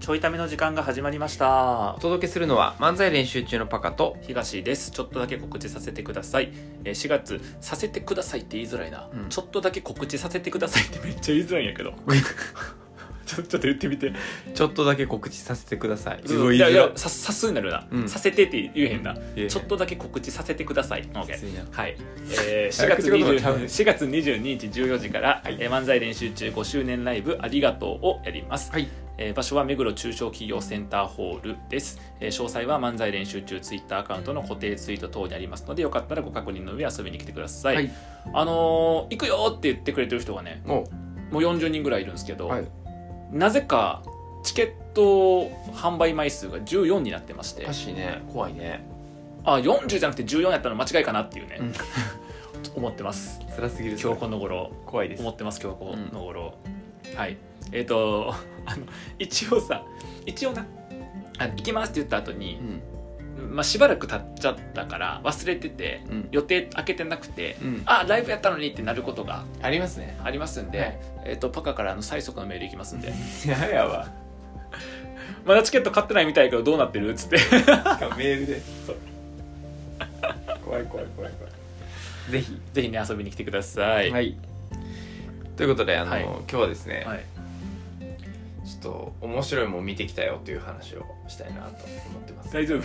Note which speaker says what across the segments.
Speaker 1: ちょいための時間が始まりました
Speaker 2: お。届けするのは漫才練習中のパカと
Speaker 1: 東です。ちょっとだけ告知させてください。えー4月、させてくださいって言いづらいな。
Speaker 2: うん
Speaker 1: ちょっとだけ告知させてくださいってめっちゃ言いづらいんやけど。 ちょちょっと言ってみて。
Speaker 2: ちょっとだけ告知させてください。
Speaker 1: いやいや、さ、さすになるな、
Speaker 2: うん
Speaker 1: させてって言えへんな。
Speaker 2: 言えへん
Speaker 1: ちょっとだけ告知させてください。オッケー
Speaker 2: きついな
Speaker 1: はい。 えー、4月
Speaker 2: 口言葉ちゃう
Speaker 1: 20
Speaker 2: ね
Speaker 1: 4月22日14時から、えー漫才練習中5周年ライブありがとうをやります。
Speaker 2: はい。
Speaker 1: えー場所は目黒中小企業センターホールです、えー詳細は漫才練習中ツイッターアカウントの固定ツイート等にありますのでよかったらご確認の上遊びに来てください、
Speaker 2: はい
Speaker 1: あのー行くよって言ってくれてる人がね
Speaker 2: お
Speaker 1: もう40人ぐらいいるんですけど、
Speaker 2: はい。
Speaker 1: なぜかチケット販売枚数が14になってまして
Speaker 2: おかしいね。怖いね。
Speaker 1: あ40じゃなくて14やったの間違いかなっていうね、
Speaker 2: うん
Speaker 1: 思ってます
Speaker 2: 辛すぎる。
Speaker 1: 今日この頃
Speaker 2: 怖いです
Speaker 1: 思。ってます今日この頃、はいえっ、と あの一応さ一応なあ行きますって言った後に
Speaker 2: う、ん。
Speaker 1: まあ、しばらく経っちゃったから忘れてて
Speaker 2: うん。
Speaker 1: 予定開けてなくて、
Speaker 2: うん。
Speaker 1: あライブやったのにってなることが
Speaker 2: ありますね。
Speaker 1: ありますんで、
Speaker 2: はい
Speaker 1: えっとパカからあの最速のメールいきますんで
Speaker 2: ややわ。
Speaker 1: まだチケット買ってないみたいやけどどうなってるっつって
Speaker 2: しかもメールで。 怖い怖い怖い怖い。ぜひ。
Speaker 1: ぜひね遊びに来てください、
Speaker 2: はい。ということで、あの、
Speaker 1: はい
Speaker 2: 今日はですね、
Speaker 1: はい
Speaker 2: ちょっと面白いもん見てきたよという話をしたいなと思ってます。
Speaker 1: 大丈夫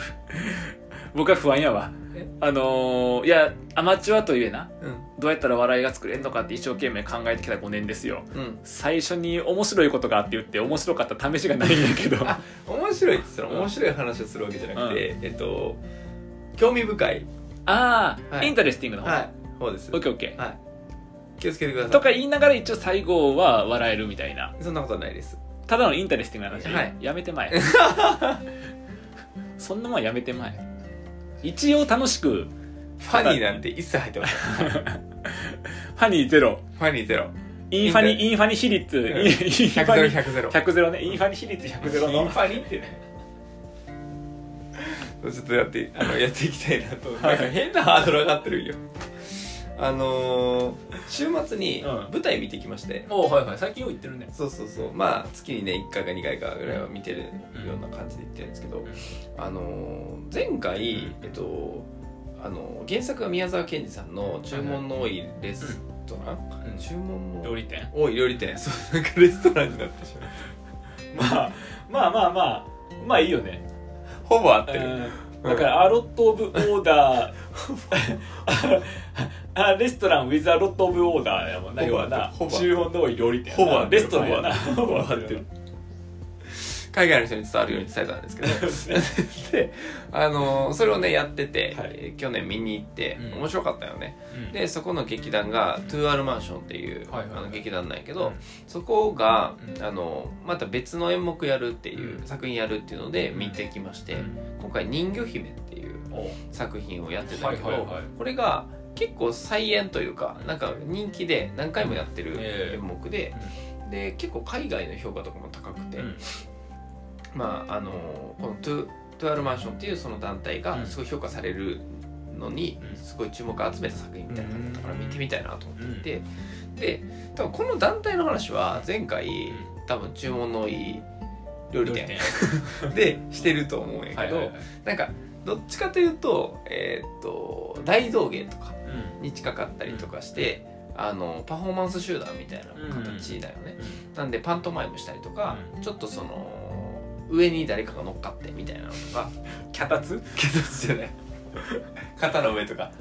Speaker 1: 僕は不安やわ
Speaker 2: え
Speaker 1: あのーいやアマチュアといえな
Speaker 2: うん。
Speaker 1: どうやったら笑いが作れるのかって一生懸命考えてきた5年ですよ
Speaker 2: うん。
Speaker 1: 最初に面白いことがあって言って面白かった試しがないんやけど
Speaker 2: あ面白いってその面白い話をするわけじゃなくて、えっと興味深い、
Speaker 1: ああ、
Speaker 2: はい
Speaker 1: インタレスティングの方、
Speaker 2: はい、方です
Speaker 1: オッ
Speaker 2: は
Speaker 1: ケーオッケ
Speaker 2: い気をつけてく
Speaker 1: ー
Speaker 2: ださ
Speaker 1: と
Speaker 2: い
Speaker 1: か言いながら一応最後は笑えるみたいな
Speaker 2: そんなことはないです
Speaker 1: ただのインタレスティングな話、
Speaker 2: はい
Speaker 1: やめてまえそんなもんやめてまえ一応楽しく
Speaker 2: ファニーなんて一切入ってません
Speaker 1: ファニーゼロ
Speaker 2: ファニーゼロ
Speaker 1: インファニ
Speaker 2: インタ
Speaker 1: インファニ比率、イ
Speaker 2: ん
Speaker 1: ンインフ
Speaker 2: 100
Speaker 1: ァ
Speaker 2: ゼロ
Speaker 1: ニ
Speaker 2: 100ゼロ
Speaker 1: 100ゼロねインファニ比率100ゼロ
Speaker 2: イン
Speaker 1: の
Speaker 2: ファニーってね ちょっとやってあのやっていきたいなと、
Speaker 1: はい
Speaker 2: なんか変なハードル上がってるよあのー週末に
Speaker 1: うん
Speaker 2: 舞台見てきまして、
Speaker 1: おはいはい最近よう言ってるね
Speaker 2: そうそうそうまあ月にね1回か2回かぐらいは見てるような感じで言ってるんですけど、
Speaker 1: ん
Speaker 2: あのー前回、えっとあのー原作が宮沢賢治さんの「注文の多いレストラン」
Speaker 1: うん
Speaker 2: 注文
Speaker 1: 料
Speaker 2: の
Speaker 1: 理店
Speaker 2: 多い料理店そうなんかレストランになってし まう
Speaker 1: まあまあまあまあまあいいよね、
Speaker 2: ほぼ合ってる、
Speaker 1: うん、だから「アロット・オブ・オーダー」あレストラン with a lot of order やもんな
Speaker 2: ほ
Speaker 1: 要
Speaker 2: ぼ合
Speaker 1: はな中本
Speaker 2: ってるほぼ合ってる
Speaker 1: 通り料理店やな
Speaker 2: ほぼ合って
Speaker 1: レス
Speaker 2: る
Speaker 1: トランやな
Speaker 2: ほぼ合ってる海外の人に伝わるように伝えたんですけどで、あのーそれをねやってて、
Speaker 1: はい
Speaker 2: えー去年見に行って、
Speaker 1: うん
Speaker 2: 面白かったよね
Speaker 1: うん
Speaker 2: でそこの劇団がトゥーアルマンションっていう、
Speaker 1: はいはいはい
Speaker 2: あの劇団なんやけ
Speaker 1: け
Speaker 2: ど、そこが、
Speaker 1: うん
Speaker 2: あのまた別の演目やるっていう、
Speaker 1: うん
Speaker 2: 作品やるっていうので見てきまして、今回「人魚姫」っていう作品をやってたけど、
Speaker 1: はいはいはい
Speaker 2: これが結構再演というかなんか人気で何回もやってる
Speaker 1: ええ
Speaker 2: 演目で、で結構海外の評価とかも高くて、まああのこのトゥ「トゥアルマンション」っていうその団体
Speaker 1: う
Speaker 2: が
Speaker 1: ん
Speaker 2: すごい評価されるのに
Speaker 1: うん
Speaker 2: すごい注目を集めた作品みたいな感じだったから
Speaker 1: うん
Speaker 2: 見てみたいなと思って
Speaker 1: うん
Speaker 2: いて、で多分この団体の話は前回、多分注文のいい料理
Speaker 1: 料理
Speaker 2: 店
Speaker 1: 店
Speaker 2: でしてると思う
Speaker 1: は
Speaker 2: んやけ
Speaker 1: い
Speaker 2: ど、
Speaker 1: はいはい
Speaker 2: なんかどっちかというと,、えーっと大道芸とかに近かったりとかして、あのパフォーマンス集団みたいな形だよね。なんでパントマイムしたりとか、
Speaker 1: う
Speaker 2: ちょっとその上に誰かが乗っかってみたいなのと か
Speaker 1: 脚立
Speaker 2: 脚立じゃない肩の上とか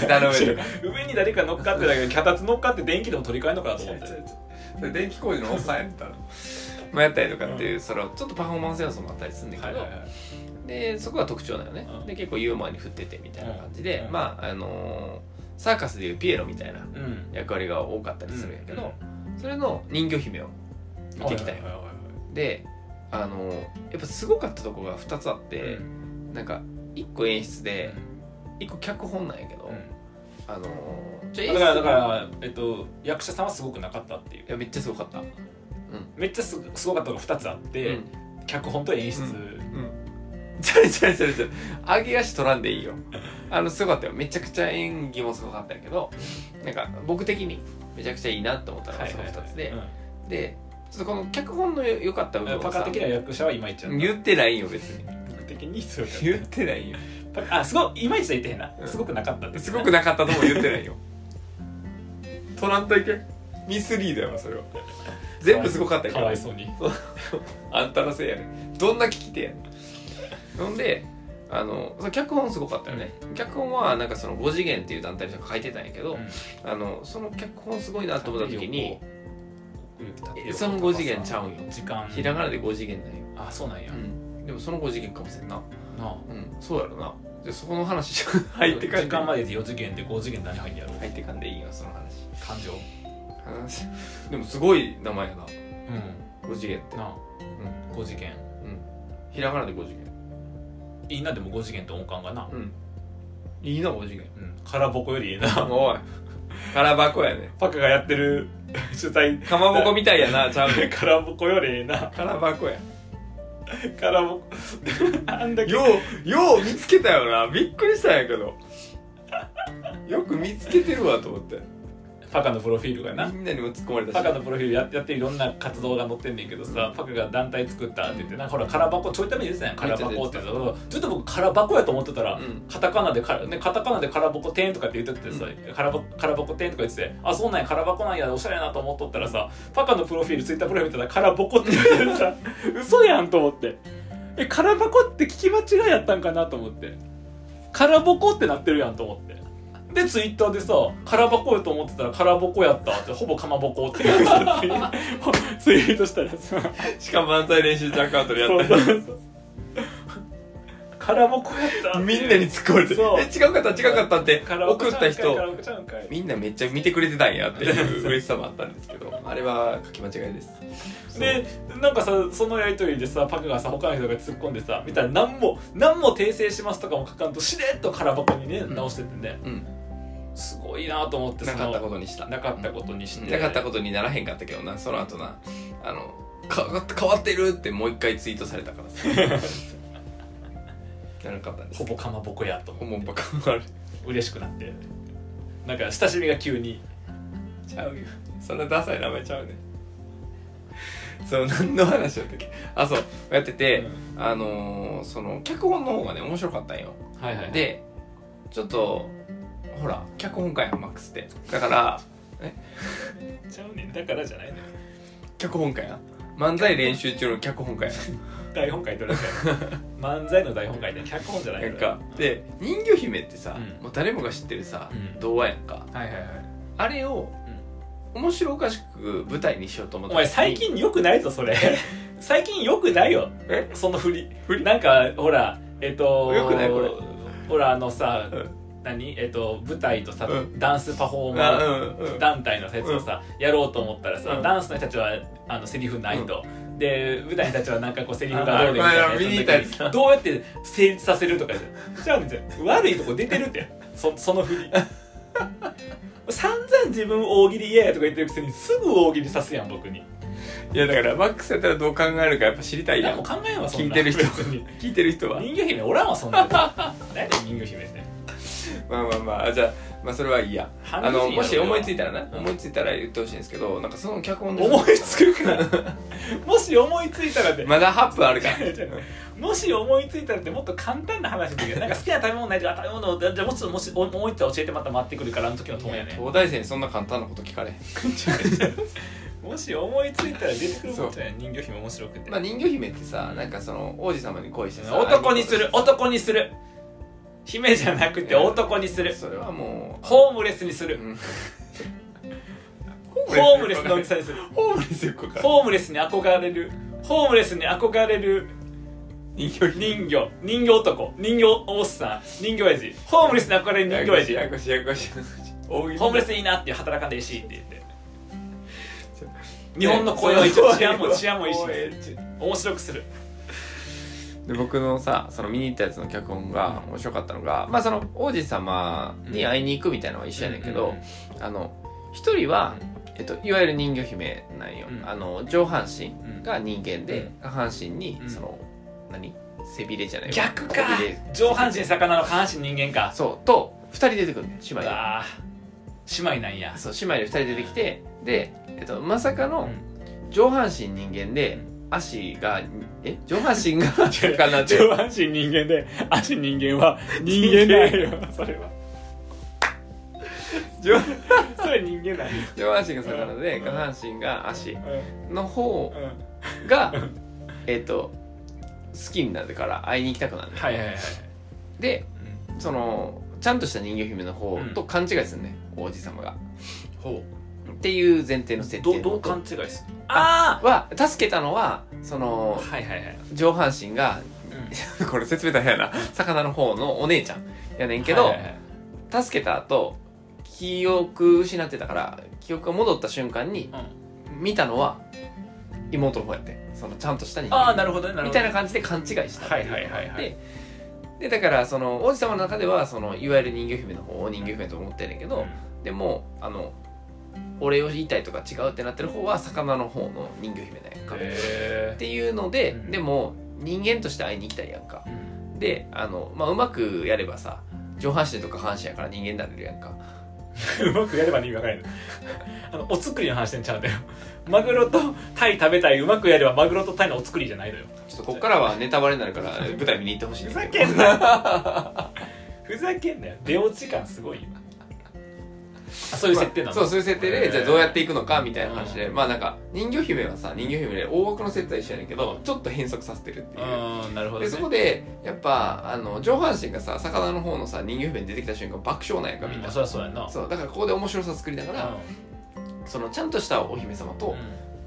Speaker 2: 膝の上とか
Speaker 1: 上に誰か乗っかってだけど脚立乗っかって電気でも取り替えるのかなと思って
Speaker 2: それ電気工事のおっさんやったの まあやったりとかっていう、そのちょっとパフォーマンス要素もあったりするんだけど、
Speaker 1: はいはいはい
Speaker 2: でそこが特徴だよね、
Speaker 1: うん
Speaker 2: で結構ユーモアに振っててみたいな感じで、
Speaker 1: うん
Speaker 2: まああのーサーカスでいうピエロみたいな
Speaker 1: うん
Speaker 2: 役割が多かったりするんやけど、それの人魚姫を見てきたよ、
Speaker 1: はいはいはいは
Speaker 2: であのーやっぱすごかったとこが2つあっ
Speaker 1: い
Speaker 2: て、なんか1個演出で1個脚本なんやけど、あのーちょ
Speaker 1: だからだから、えっと、役者さんはすごくなかったっていう
Speaker 2: いやめっちゃすごかった、うん
Speaker 1: めっちゃすすごかったのが2つあって、
Speaker 2: うん
Speaker 1: 脚本と演出、
Speaker 2: ちゃうちゃうちゃうちゃう揚げ足取らんでいいよあのすごかったよめちゃくちゃ演技もすごかったんやけどなんか僕的にめちゃくちゃいいなと思ったのがその2つで、でちょっとこの脚本のよ良かった部分を
Speaker 1: パカ
Speaker 2: さ
Speaker 1: 的な役者はいまいちゃんだ
Speaker 2: 言ってないよ別に
Speaker 1: 僕的にそうか
Speaker 2: 言ってないよ
Speaker 1: パカあすごいいまいちと言ってへんな、
Speaker 2: うん
Speaker 1: すごくなかったって
Speaker 2: すごくなかったとも言ってない よ取らんといけミスリードやわそれは全部すごかった
Speaker 1: か
Speaker 2: よ
Speaker 1: わいそうに
Speaker 2: あんたのせいやねどんな聞き手やねんほんであのその脚本すごかったよね、脚本はなんかその5次元っていう団体の人が書いてたんやけど、あのその脚本すごいなと思った時にえその5次元ちゃうんよ
Speaker 1: 時間
Speaker 2: ひらがなで5次元なんよ、
Speaker 1: あそうなんや、
Speaker 2: でもその5次元かもしれんな
Speaker 1: なあ
Speaker 2: うんそうやろなじゃあそこの 話入ってかん
Speaker 1: 時間までで4次元で5次元何入んやろ
Speaker 2: 入ってかんでいいよその話
Speaker 1: 感情
Speaker 2: 話でもすごい名前やな
Speaker 1: うん
Speaker 2: 5次元って
Speaker 1: なあ、5次元
Speaker 2: うんひらがなで5次元
Speaker 1: いいなでも5次元と音感がな、
Speaker 2: うんいいな5次 元
Speaker 1: うん、空ぼこよりいいな
Speaker 2: おい空箱やね
Speaker 1: パカがやってる 主催
Speaker 2: かまぼこみたいやなちゃうね
Speaker 1: 空ぼこよりいいな
Speaker 2: 空箱や
Speaker 1: 空ぼこ あんだけ
Speaker 2: ようよう見つけたよなびっくりしたんやけどよく見つけてるわと思って
Speaker 1: パカのプロフィールがな
Speaker 2: みんなにも突っ込まれた
Speaker 1: パ
Speaker 2: し
Speaker 1: カのプロフィールややってるいろんな活動が載ってんねんけどさ、パカが団体作ったって言ってなんかほら空箱ちょいために言ってたやん空箱って言ってたからずっと僕空箱やと思ってたら、
Speaker 2: うん
Speaker 1: カタカナでか、ね、カタカナで空箱店とかって言っててさ、空箱空箱店とか言っててあそうなんや空箱なんやおしゃれやなと思っとったらさパカのプロフィールツイッタープロフィール見たら空箱って言ってる さ嘘やんと思ってえ空箱って聞き間違いやったんかなと思って空箱ってなってるやんと思ってでツイッターでさ空箱やと思ってたら空箱やったってほぼかまぼこって言ってさ ツイツイートしたらさ
Speaker 2: しかも漫才練習ジャックアウトでやった
Speaker 1: そうそうそう 空箱やったって
Speaker 2: み
Speaker 1: いうん
Speaker 2: なに突っ込まれて
Speaker 1: そう
Speaker 2: え違うかった違うかったって
Speaker 1: カラオケ
Speaker 2: 送った
Speaker 1: ちゃうんかいカ
Speaker 2: 人
Speaker 1: ラオケちゃうんかい
Speaker 2: みんなめっちゃ見てくれてたんやって いう嬉しさもあったんですけどあれは書き間違いです
Speaker 1: でなんかさそのやりとりでさパクがさ他の人が突っ込んでさ見たら何も何も訂正しますとかも書かんとしれっと空箱にね
Speaker 2: ん
Speaker 1: 直しててね
Speaker 2: うん
Speaker 1: すごいなと思って
Speaker 2: なかったこととにした
Speaker 1: なかったことにして
Speaker 2: なかったことにならへんかったけどなその後なあのか変わってるってもう一回ツイートされたから さならなかったんです
Speaker 1: ほぼかまぼこやと思っ
Speaker 2: もう
Speaker 1: て
Speaker 2: バカもある
Speaker 1: 嬉しくなってなんか親しみが急に
Speaker 2: ちゃうよそんなダサい名前ちゃうねそう何の話だったっけあそうやってて、あのーその脚本の方がね面白かったんよ
Speaker 1: はいはい
Speaker 2: でちょっとほら脚本家やんマックスってだから
Speaker 1: ちゃうねんだからじゃないのよ
Speaker 2: 脚本家やん漫才練習中の脚本家やん
Speaker 1: 台本書いてるだけや ん漫才の台本書いてる脚本じゃない
Speaker 2: なん
Speaker 1: のよ
Speaker 2: かで人魚姫ってさ、
Speaker 1: うん
Speaker 2: もう誰もが知ってるさ、
Speaker 1: うん
Speaker 2: 童話やんか
Speaker 1: はいはいはい
Speaker 2: あれを、面白おかしく舞台にしようと思っ
Speaker 1: お
Speaker 2: た
Speaker 1: 前最近よくないぞそれ最近よくないよ
Speaker 2: え
Speaker 1: その振り
Speaker 2: 振り
Speaker 1: なんかほらえっ、と
Speaker 2: 良くないこれ
Speaker 1: ほらあのさ、
Speaker 2: うん
Speaker 1: 何えっ、と舞台とさ、
Speaker 2: うん
Speaker 1: ダンスパフォー
Speaker 2: あ
Speaker 1: マ
Speaker 2: う
Speaker 1: ー
Speaker 2: んうん
Speaker 1: 団体のやつをさ、やろうと思ったらさ、
Speaker 2: うん
Speaker 1: ダンスの人たちはあのセリフないと、で舞台の人たちはなんかこうセリフがあるみ
Speaker 2: あ
Speaker 1: たい
Speaker 2: あ
Speaker 1: な
Speaker 2: あ見に行った
Speaker 1: た
Speaker 2: や
Speaker 1: や
Speaker 2: つ
Speaker 1: つの時にどうやって成立させるとかじゃんじゃあじゃあ悪いとこ出てるってそその振り 散々自分大喜利嫌やとか言ってるくせにすぐ大喜利さすやん僕に
Speaker 2: いやだからマックスやったらどう考えるかやっぱ知りたいや
Speaker 1: 何も
Speaker 2: ん
Speaker 1: 考えんわそんな
Speaker 2: 聞いてる人
Speaker 1: 別に
Speaker 2: 聞いてる人は
Speaker 1: 人魚姫おらんわそん なやつ何だよ人魚姫って
Speaker 2: まあまあまああじゃあ,、まあそれはいいや
Speaker 1: 半日
Speaker 2: あの
Speaker 1: に
Speaker 2: も
Speaker 1: や
Speaker 2: し
Speaker 1: ろうよ
Speaker 2: 思いついたらね、思いついたら言ってほしいんですけどなんかその脚本の
Speaker 1: 思いつくからもし思いついたらで
Speaker 2: まだ8分あるから
Speaker 1: 違う違うもし思いついたらってもっと簡単な話できるなんか好きな食べ物ないとか食べ物をじゃあもしもし思いついたら教えてまた待ってくるからあの時の友やね
Speaker 2: 東大生にそんな簡単なこと聞かれへん
Speaker 1: もし思いついたら出てくるもんじゃない人魚姫面白くて、
Speaker 2: まあ人魚姫ってさなんかその王子様に恋してさ
Speaker 1: 男にする男にする姫じゃなくて男にする
Speaker 2: それはも
Speaker 1: ホームレスにす
Speaker 2: う、
Speaker 1: る
Speaker 2: うん
Speaker 1: ホームレスの大きさにする
Speaker 2: ホームレスよくわからん
Speaker 1: ホームレスに憧れるホームレスに憧れる
Speaker 2: 人魚
Speaker 1: 人魚人形男人形おっさん人形親父ホームレスに憧れる人形親
Speaker 2: や
Speaker 1: 父
Speaker 2: やこしいややこしいややこしい大喜利
Speaker 1: ホームレスいいなっていう働かんでいいしって言って日本の雇用一応治安も治安もいいし面白くする
Speaker 2: で僕のさその見に行ったやつの脚本が面白かったのがまあその王子様に会いに行くみたいなのは一緒やねんけど、あの一人は、えっと、いわゆる人魚姫なんよ、
Speaker 1: うん
Speaker 2: あの上半身
Speaker 1: うんうん
Speaker 2: が人間で、下半身に
Speaker 1: うん
Speaker 2: その、何背びれじゃない
Speaker 1: 逆か
Speaker 2: 背びれ
Speaker 1: 上半身魚の下半身人間か
Speaker 2: そうと2人出てくるね姉妹で
Speaker 1: あー姉妹なんや
Speaker 2: そう姉妹で2人出てきてで、えっと、まさかの
Speaker 1: うん
Speaker 2: 上半身人間で足がえ上半身 が魚で
Speaker 1: 上半身人間で足人間は人間ないよそれ は
Speaker 2: 上
Speaker 1: それ人間ないよ
Speaker 2: 上半身が魚で
Speaker 1: うん
Speaker 2: 下半身が足
Speaker 1: う
Speaker 2: の方
Speaker 1: んうん
Speaker 2: がえっと好きになるから会いに行きたくなるのよ
Speaker 1: はいはいはい
Speaker 2: でそのちゃんとした人魚姫の方と勘違いするね、王子様が。
Speaker 1: ほ
Speaker 2: っていう前提の設
Speaker 1: う
Speaker 2: 定
Speaker 1: ど
Speaker 2: の
Speaker 1: どう勘違いするあ
Speaker 2: は助けたのはそ
Speaker 1: あ
Speaker 2: の
Speaker 1: はいはいはい
Speaker 2: 上半身が これ説明大変やな魚の方のお姉ちゃんやねんけど、
Speaker 1: はいはいはい
Speaker 2: 助けた後記憶失ってたから記憶が戻った瞬間に
Speaker 1: うん
Speaker 2: 見たのは妹の方やってそのちゃんとした人
Speaker 1: ああ
Speaker 2: 間
Speaker 1: なるほどねなる
Speaker 2: み
Speaker 1: ほ
Speaker 2: た
Speaker 1: ど
Speaker 2: いな感じで勘違いしたってう
Speaker 1: はいはいはいはい
Speaker 2: ででだからその王子様の中ではそのいわゆる人魚姫の方を人魚姫と思ってるんやけど、でもあの俺を言いたいとか違うってなってる方は魚の方の人魚姫だやんか、っ
Speaker 1: へ
Speaker 2: ていうので、
Speaker 1: うん
Speaker 2: でも人間として会いに行きたいやんか
Speaker 1: えうん
Speaker 2: であの、まあ、うまくやればさ上半身とか下半身やから人間になれるやんか
Speaker 1: うまくやればね意味わからないあのお作りの話してんちゃうんだよマグロとタイ食べたいうまくやればマグロとタイのお作りじゃないのよ
Speaker 2: ちょっとこっからはネタバレになる から舞台見に行ってほしい
Speaker 1: ふ
Speaker 2: ね
Speaker 1: ざ
Speaker 2: んだけ
Speaker 1: け
Speaker 2: ど
Speaker 1: んな ふざけんなよ出落ち感すごいよあそういう設定なの、
Speaker 2: そうそういう設定
Speaker 1: へ
Speaker 2: で
Speaker 1: ー
Speaker 2: じゃあどうやっていくのかみたいな話で、まあなんか人魚姫はさ人魚姫で大枠の設定は一緒やねんけどちょっと変則させてるっていう
Speaker 1: うんなるほど、ね、
Speaker 2: でそこでやっぱあの上半身がさ魚の方のさ人魚姫に出てきた瞬間爆笑なんやんかみんな、
Speaker 1: うんそりゃそうやんな
Speaker 2: そうだからここで面白さ作りながら、そのちゃんとしたお姫様
Speaker 1: うん
Speaker 2: と、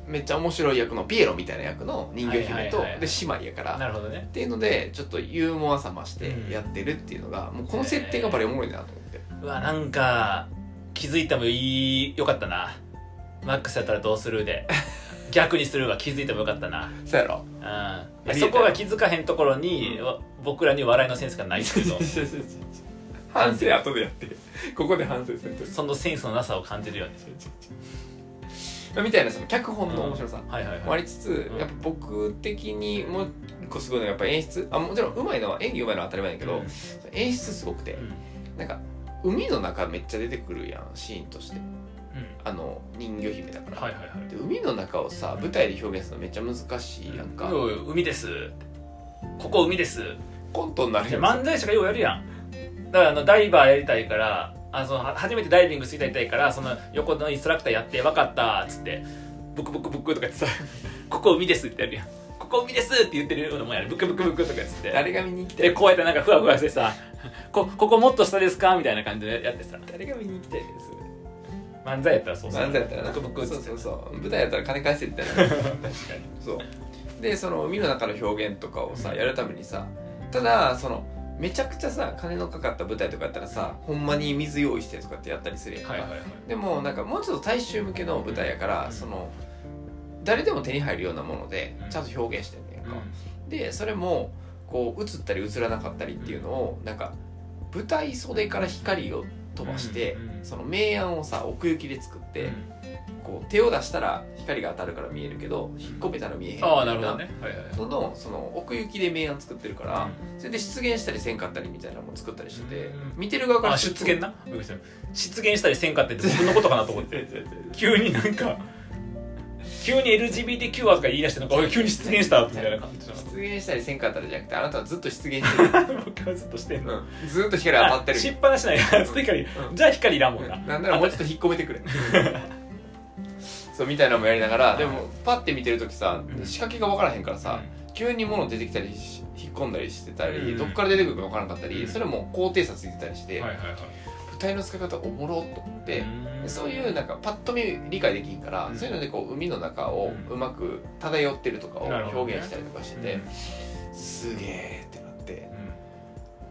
Speaker 2: めっちゃ面白い役のピエロみたいな役の人魚姫と、
Speaker 1: はいはいはいはい
Speaker 2: で姉妹やか
Speaker 1: うんな
Speaker 2: ら
Speaker 1: るほどね
Speaker 2: っていうのでちょっとユーモアさ増してやってるっていうのが、もうこの設定がバリおもろいなと思って、
Speaker 1: うわなんか気づいたもいいよかったなマックスやったらどうするで逆にするは気づいてもよかったな
Speaker 2: そうやろ
Speaker 1: うん、そこが気づかへんところに、
Speaker 2: うん
Speaker 1: わ僕らに笑いのセンスがないけど
Speaker 2: 反省後でやってここで反省する
Speaker 1: そのセンスのなさを感じるよね
Speaker 2: みたいなその脚本の面白さ、
Speaker 1: はいはい
Speaker 2: もあ
Speaker 1: はい
Speaker 2: りつつ、
Speaker 1: うん
Speaker 2: やっぱ僕的にもう一個すごいのはやっぱ演出あもちろんうまいのは演技うまいのは当たり前だけど、
Speaker 1: うん
Speaker 2: 演出すごくて
Speaker 1: うん、
Speaker 2: なんか海の中めっちゃ出てくるやんシーンとして
Speaker 1: う
Speaker 2: あの人魚姫だか
Speaker 1: ん
Speaker 2: ら、
Speaker 1: はいはいはい
Speaker 2: で海の中をさ舞台で表現するのめっちゃ難しいやんか、
Speaker 1: おいおい海ですここ海です
Speaker 2: コントになる
Speaker 1: じ
Speaker 2: や
Speaker 1: ゃ
Speaker 2: ん
Speaker 1: 漫才師がようやるやんだからあのダイバーやりたいからあそのは初めてダイビングしてやりたいからその横のインストラクターやって分かったっつってブクブクブクとか言ってさ 「ここ海です」ってやるやん「ここ海です」って言ってるようなもんやるブクブクブクとか言って
Speaker 2: 誰が見に来て
Speaker 1: でこうやってなんかふわふわしてさ「こここもっと下ですか?」みたいな感じでやってさ
Speaker 2: 誰が見に来てそれ
Speaker 1: 漫才やったらそうする
Speaker 2: 漫才やったらな
Speaker 1: ブクブクっつ
Speaker 2: そ
Speaker 1: っ
Speaker 2: う
Speaker 1: て
Speaker 2: そうそう舞台やったら金返せみたいな
Speaker 1: 確か
Speaker 2: そうでその海の中の表現とかをさやるためにさただそのめちゃくちゃさ金のかかった舞台とかやったらさほんまに水用意してとかってやったりするやん
Speaker 1: に
Speaker 2: か、
Speaker 1: はいはいはい
Speaker 2: でもなんかもうちょっと大衆向けの舞台やから、
Speaker 1: うん
Speaker 2: その誰でも手に入るようなもので
Speaker 1: うん
Speaker 2: ちゃんと表現してんねやんか、でそれもこう映ったり映らなかったりっていうのをなんか舞台袖から光を飛ばして、
Speaker 1: うんうん
Speaker 2: その明暗をさ奥行きで作って、
Speaker 1: うん
Speaker 2: こう手を出したら光が当たるから見えるけど引っ込めたら見えへんみたい
Speaker 1: ああなるほどねはいはいはい
Speaker 2: どんどんその奥行きで明暗作ってるから、それで出現したりせんかったりみたいなのも作ったりしてて、
Speaker 1: うん
Speaker 2: 見てる側から
Speaker 1: あ出現なごめんなさい出現したりせんかってって僕のことかなと思っ て急になんか急に LGBTQ はとか言い出してなんかおい急に出現したみたいな感じ だな
Speaker 2: 出現したりせんかったりじゃなくてあなたはずっと出現してる、
Speaker 1: 僕はずっとしてんの
Speaker 2: うん、ずっと光当たってる
Speaker 1: あしっぱなしないやつ光
Speaker 2: うん
Speaker 1: じゃあ光いらんもんな
Speaker 2: なんならもうちょっと引っ込めてくれそうみたいなのもやりながらでもパッて見てる時さ
Speaker 1: うん
Speaker 2: 仕掛けが分からへんからさ、
Speaker 1: う
Speaker 2: 急に物出てきたりし引っ込んだりしてたり、
Speaker 1: うん
Speaker 2: どっから出てくるか分からなかったり、
Speaker 1: うん
Speaker 2: それも高低差ついてたりして、
Speaker 1: んはいはいはい
Speaker 2: 舞台の使い方おもろっと思って、
Speaker 1: うん
Speaker 2: そういうなんかパッと見理解できんから、
Speaker 1: うん
Speaker 2: そういうのでこう海の中を
Speaker 1: う
Speaker 2: うまく漂ってるとかを
Speaker 1: なるほどね
Speaker 2: 表現したりとかしてて、
Speaker 1: うん
Speaker 2: すげえってなって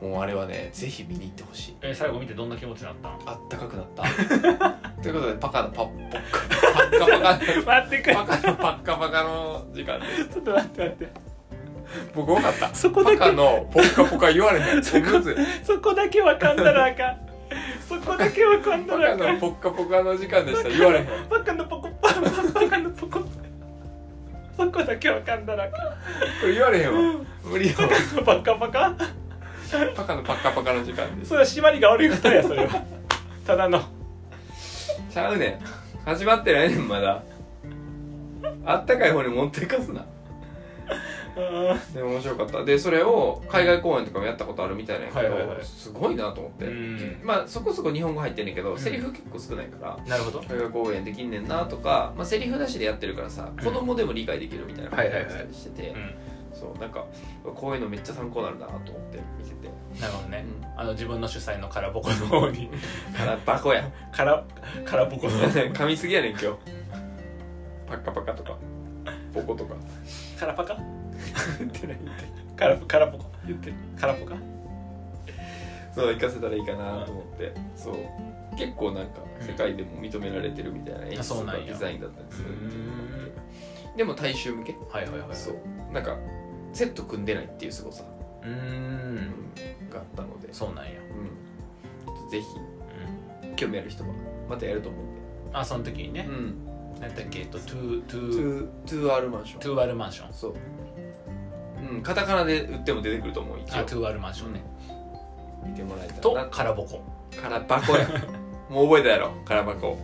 Speaker 2: もうあれはねぜひ見に行ってほしい。
Speaker 1: え最後見てどんな気持ちになったん
Speaker 2: あったかくなった。 ということで、パカのパッポッカ、パッカパ
Speaker 1: 待ってくれ
Speaker 2: カ、パカのパッカパカの時間です。
Speaker 1: ちょっと待って待って
Speaker 2: 僕多かった。
Speaker 1: そこだ
Speaker 2: パ
Speaker 1: け
Speaker 2: カのポッカポカ言われへん。僕むずい
Speaker 1: そこだけわかんだらあかんそこだけわかんだ
Speaker 2: パ
Speaker 1: ら
Speaker 2: カ
Speaker 1: あか
Speaker 2: の
Speaker 1: ん
Speaker 2: ポッカポカの時間でした。言われへん。
Speaker 1: バカのポコパバカのポコそこだけわかんだらあかん
Speaker 2: これ言われへんわ。無理よ。
Speaker 1: バカバカ
Speaker 2: パカのパッカパカの時間です。
Speaker 1: それは締まりが悪いことやそれはただの
Speaker 2: ちゃうねん。始まってないねん、まだ。あったかい方に持ってかすなで面白かったでそれを海外公演とかもやったことあるみたいなんやけど、
Speaker 1: はいはいはい
Speaker 2: すごいなと思って、
Speaker 1: うん
Speaker 2: まあそこそこ日本語入ってんねんけど、
Speaker 1: うん
Speaker 2: セリフ結構少ないから
Speaker 1: なるほど
Speaker 2: 海外公演できんねんなとか、まあ、セリフなしでやってるからさ子供でも理解できるみたいな
Speaker 1: はいはいはい
Speaker 2: たりしてて、
Speaker 1: うん
Speaker 2: そうなんかこういうのめっちゃ参考になるなと思って見てて、
Speaker 1: なるほどね
Speaker 2: うん
Speaker 1: あの自分の主催の空ぼこの方に
Speaker 2: からバコや
Speaker 1: 空空ぼこの
Speaker 2: 噛みすぎやねん今日パッカパカとかポコ とか
Speaker 1: 空パカ
Speaker 2: 言ってない言って
Speaker 1: 空空ぼこ言ってる空ぼか
Speaker 2: そう行かせたらいいかなと思ってそう結構なんか世界でも認められてるみたいな演
Speaker 1: あ
Speaker 2: 出
Speaker 1: そう
Speaker 2: と
Speaker 1: な
Speaker 2: か
Speaker 1: んや
Speaker 2: デザインだったりするっていうのがあ
Speaker 1: う
Speaker 2: ってでも大衆向け
Speaker 1: はいはいはい
Speaker 2: そうなんかセット組んでないっていうすごさ
Speaker 1: うーん
Speaker 2: があったので
Speaker 1: そうなんや、
Speaker 2: うんぜひ
Speaker 1: う
Speaker 2: 興味ある人はまたやると思うんで
Speaker 1: ん、あその時にね
Speaker 2: う、ん
Speaker 1: なんだっけえっとトゥートゥー
Speaker 2: 2R マンショ
Speaker 1: ト
Speaker 2: ン
Speaker 1: ゥーワルマンション
Speaker 2: そううんカタカナで打っても出てくると思う一
Speaker 1: あ
Speaker 2: 応
Speaker 1: トゥーワルマンションね、
Speaker 2: うん見てもらえたら
Speaker 1: と
Speaker 2: な
Speaker 1: 空ぼこ
Speaker 2: 空箱やもう覚えたやろ空箱